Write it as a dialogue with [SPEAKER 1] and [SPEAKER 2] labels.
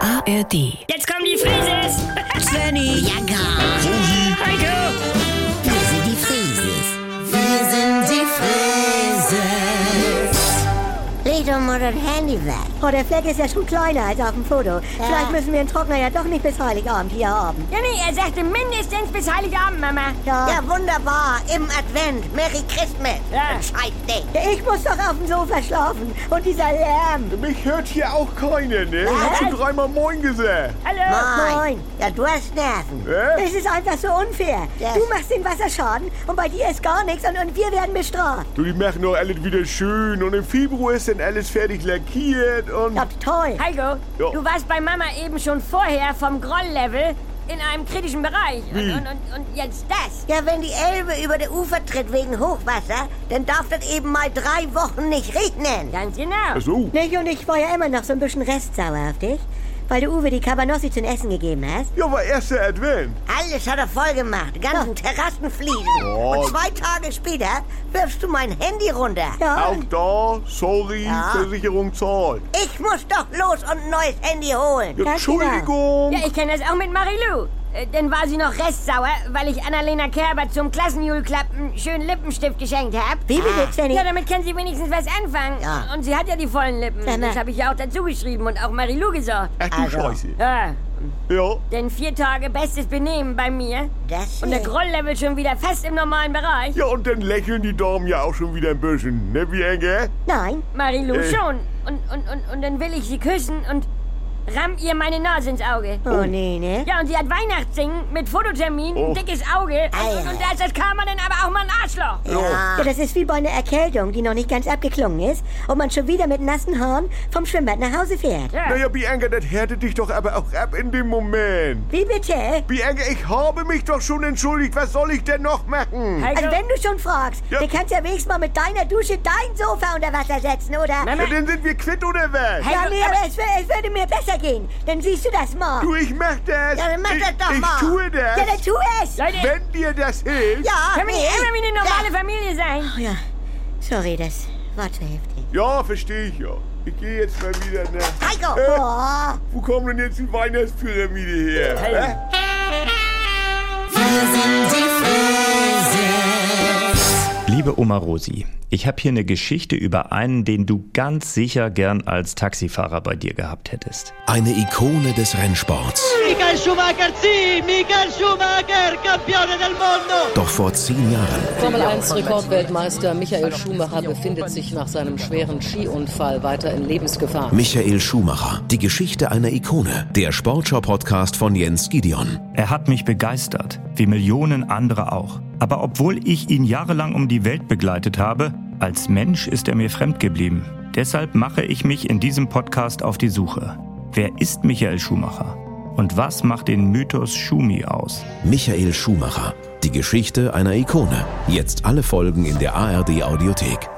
[SPEAKER 1] ARD.
[SPEAKER 2] Jetzt kommen die Frises! Svenny!
[SPEAKER 3] Ja, gar.
[SPEAKER 2] Heiko!
[SPEAKER 3] Wir sind die Frieses. Wir sind die Frieses. Leg doch mal das um Handy weg.
[SPEAKER 4] Oh, der Fleck ist ja schon kleiner als auf dem Foto. Vielleicht müssen wir den Trockner ja doch nicht bis Heiligabend hier haben.
[SPEAKER 2] Jimmy, er sagte mindestens bis Heiligabend, Mama.
[SPEAKER 4] Ja.
[SPEAKER 3] Ja, wunderbar. Im Advent. Merry Christmas.
[SPEAKER 2] Ja.
[SPEAKER 3] Scheiß Ding.
[SPEAKER 4] Ja, Ich muss doch auf dem Sofa schlafen. Und dieser Lärm.
[SPEAKER 5] Mich hört hier auch keiner, ne? Ich hab schon dreimal Moin gesagt.
[SPEAKER 2] Hallo!
[SPEAKER 3] Moin.
[SPEAKER 4] Moin.
[SPEAKER 3] Ja, du hast Nerven.
[SPEAKER 5] Hä?
[SPEAKER 4] Es ist einfach so unfair.
[SPEAKER 3] Ja.
[SPEAKER 4] Du machst den Wasserschaden und bei dir ist gar nichts und, und wir werden bestraft.
[SPEAKER 5] Du, die machen doch alles wieder schön und im Februar ist dann alles fertig lackiert und...
[SPEAKER 4] Ja, toll.
[SPEAKER 2] Heiko,
[SPEAKER 5] Ja.
[SPEAKER 2] du warst bei Mama eben schon vorher vom Groll-Level in einem kritischen Bereich. Und, und, und, und jetzt das.
[SPEAKER 3] Ja, wenn die Elbe über der Ufer tritt wegen Hochwasser, dann darf das eben mal drei Wochen nicht regnen.
[SPEAKER 2] Ganz genau.
[SPEAKER 5] Ach so.
[SPEAKER 4] Nicht? Und ich war ja immer noch so ein bisschen restsauer auf dich, weil du Uwe die Cabanossi zum Essen gegeben hast.
[SPEAKER 5] Ja, war erster Advent.
[SPEAKER 3] Alles hat er voll gemacht. Die ganzen Terrassen fließen.
[SPEAKER 5] Oh.
[SPEAKER 3] Und zwei Tage später wirfst du mein Handy runter.
[SPEAKER 4] Ja.
[SPEAKER 5] Auch da, sorry,
[SPEAKER 3] Ja.
[SPEAKER 5] Versicherung zahlt.
[SPEAKER 3] Ich muss doch los und ein neues Handy holen.
[SPEAKER 5] Ja,
[SPEAKER 4] Ja, genau.
[SPEAKER 5] Entschuldigung.
[SPEAKER 2] Ja, ich kenne das auch mit Marilou. Äh, Dann war sie noch restsauer, weil ich Annalena Kerber zum Klassenjulklappen schönen Lippenstift geschenkt habe.
[SPEAKER 4] Wie bitte,
[SPEAKER 3] Ah.
[SPEAKER 4] Svenny?
[SPEAKER 2] Ja, damit kann sie wenigstens was anfangen.
[SPEAKER 3] Ja.
[SPEAKER 2] Und sie hat ja die vollen Lippen.
[SPEAKER 4] Sag mal.
[SPEAKER 2] Das habe ich ja auch dazu geschrieben und auch Marilou gesagt.
[SPEAKER 5] Ach du
[SPEAKER 3] Also.
[SPEAKER 5] Scheiße.
[SPEAKER 2] Ja,
[SPEAKER 5] Ja.
[SPEAKER 2] denn vier Tage bestes Benehmen bei mir.
[SPEAKER 3] Das
[SPEAKER 2] Und der Grolllevel schon wieder fest im normalen Bereich.
[SPEAKER 5] Ja, und dann lächeln die Damen ja auch schon wieder ein bisschen, ne, Bianca?
[SPEAKER 4] Nein.
[SPEAKER 2] Marilou
[SPEAKER 5] Äh.
[SPEAKER 2] schon. Und, und, und, und dann will ich sie küssen und ramm ihr meine Nase ins Auge.
[SPEAKER 4] Oh, nee, ne?
[SPEAKER 2] Ja, und sie hat Weihnachtssingen mit Fototermin,
[SPEAKER 5] Oh.
[SPEAKER 2] ein dickes Auge. Und, und als das kam man dann aber auch mal ein Arschloch.
[SPEAKER 3] ja.
[SPEAKER 4] Ja, das ist wie bei einer Erkältung, die noch nicht ganz abgeklungen ist und man schon wieder mit nassen Haaren vom Schwimmbad nach Hause fährt.
[SPEAKER 2] Ja.
[SPEAKER 5] Naja, Bianca, das härtet dich doch aber auch ab in dem Moment.
[SPEAKER 4] Wie bitte?
[SPEAKER 5] Bianca, ich habe mich doch schon entschuldigt. Was soll ich denn noch machen?
[SPEAKER 2] Heiko,
[SPEAKER 4] Also wenn du schon fragst,
[SPEAKER 5] Ja.
[SPEAKER 4] dann kannst du ja wenigstens mal mit deiner Dusche dein Sofa unter Wasser setzen, oder?
[SPEAKER 2] Mama,
[SPEAKER 5] Ja, dann sind wir quitt oder was?
[SPEAKER 2] Hey.
[SPEAKER 4] Ja,
[SPEAKER 2] Also,
[SPEAKER 4] nee,
[SPEAKER 2] aber-
[SPEAKER 4] aber es, wür- es würde mir besser gehen. Dann siehst du das mal.
[SPEAKER 5] Du, ich mach das.
[SPEAKER 3] Ja, dann mach
[SPEAKER 5] ich,
[SPEAKER 3] das doch
[SPEAKER 5] ich
[SPEAKER 3] mal.
[SPEAKER 5] tue das.
[SPEAKER 4] Ja, dann tu es.
[SPEAKER 2] Leute,
[SPEAKER 5] wenn dir das hilft.
[SPEAKER 3] Ja,
[SPEAKER 2] können wir
[SPEAKER 3] nee.
[SPEAKER 2] nicht immer wie eine normale Familie sein?
[SPEAKER 4] Oh ja, sorry, das war zu heftig.
[SPEAKER 5] Ja, verstehe ich ja. Ich gehe jetzt mal wieder nach.
[SPEAKER 3] Heiko.
[SPEAKER 4] Oh,
[SPEAKER 5] Wo kommt denn jetzt die Weihnachtspyramide her? hä?
[SPEAKER 6] Liebe Oma Rosi, ich habe hier eine Geschichte über einen, den du ganz sicher gern als Taxifahrer bei dir gehabt hättest.
[SPEAKER 7] Eine Ikone des Rennsports.
[SPEAKER 8] Michael Schumacher, sì, Michael Schumacher, campione del mondo!
[SPEAKER 7] Doch vor zehn Jahren
[SPEAKER 9] Formel 1 Rekordweltmeister Michael Schumacher befindet sich nach seinem schweren Skiunfall weiter in Lebensgefahr.
[SPEAKER 7] Michael Schumacher. Die Geschichte einer Ikone. Der Sportschau-Podcast von Jens Gideon.
[SPEAKER 6] Er hat mich begeistert, wie Millionen andere auch. Aber obwohl ich ihn jahrelang um die Welt begleitet habe, als Mensch ist er mir fremd geblieben. Deshalb mache ich mich in diesem Podcast auf die Suche. Wer ist Michael Schumacher? Und was macht den Mythos Schumi aus?
[SPEAKER 7] Michael Schumacher. Die Geschichte einer Ikone. Jetzt alle Folgen in der ARD Audiothek.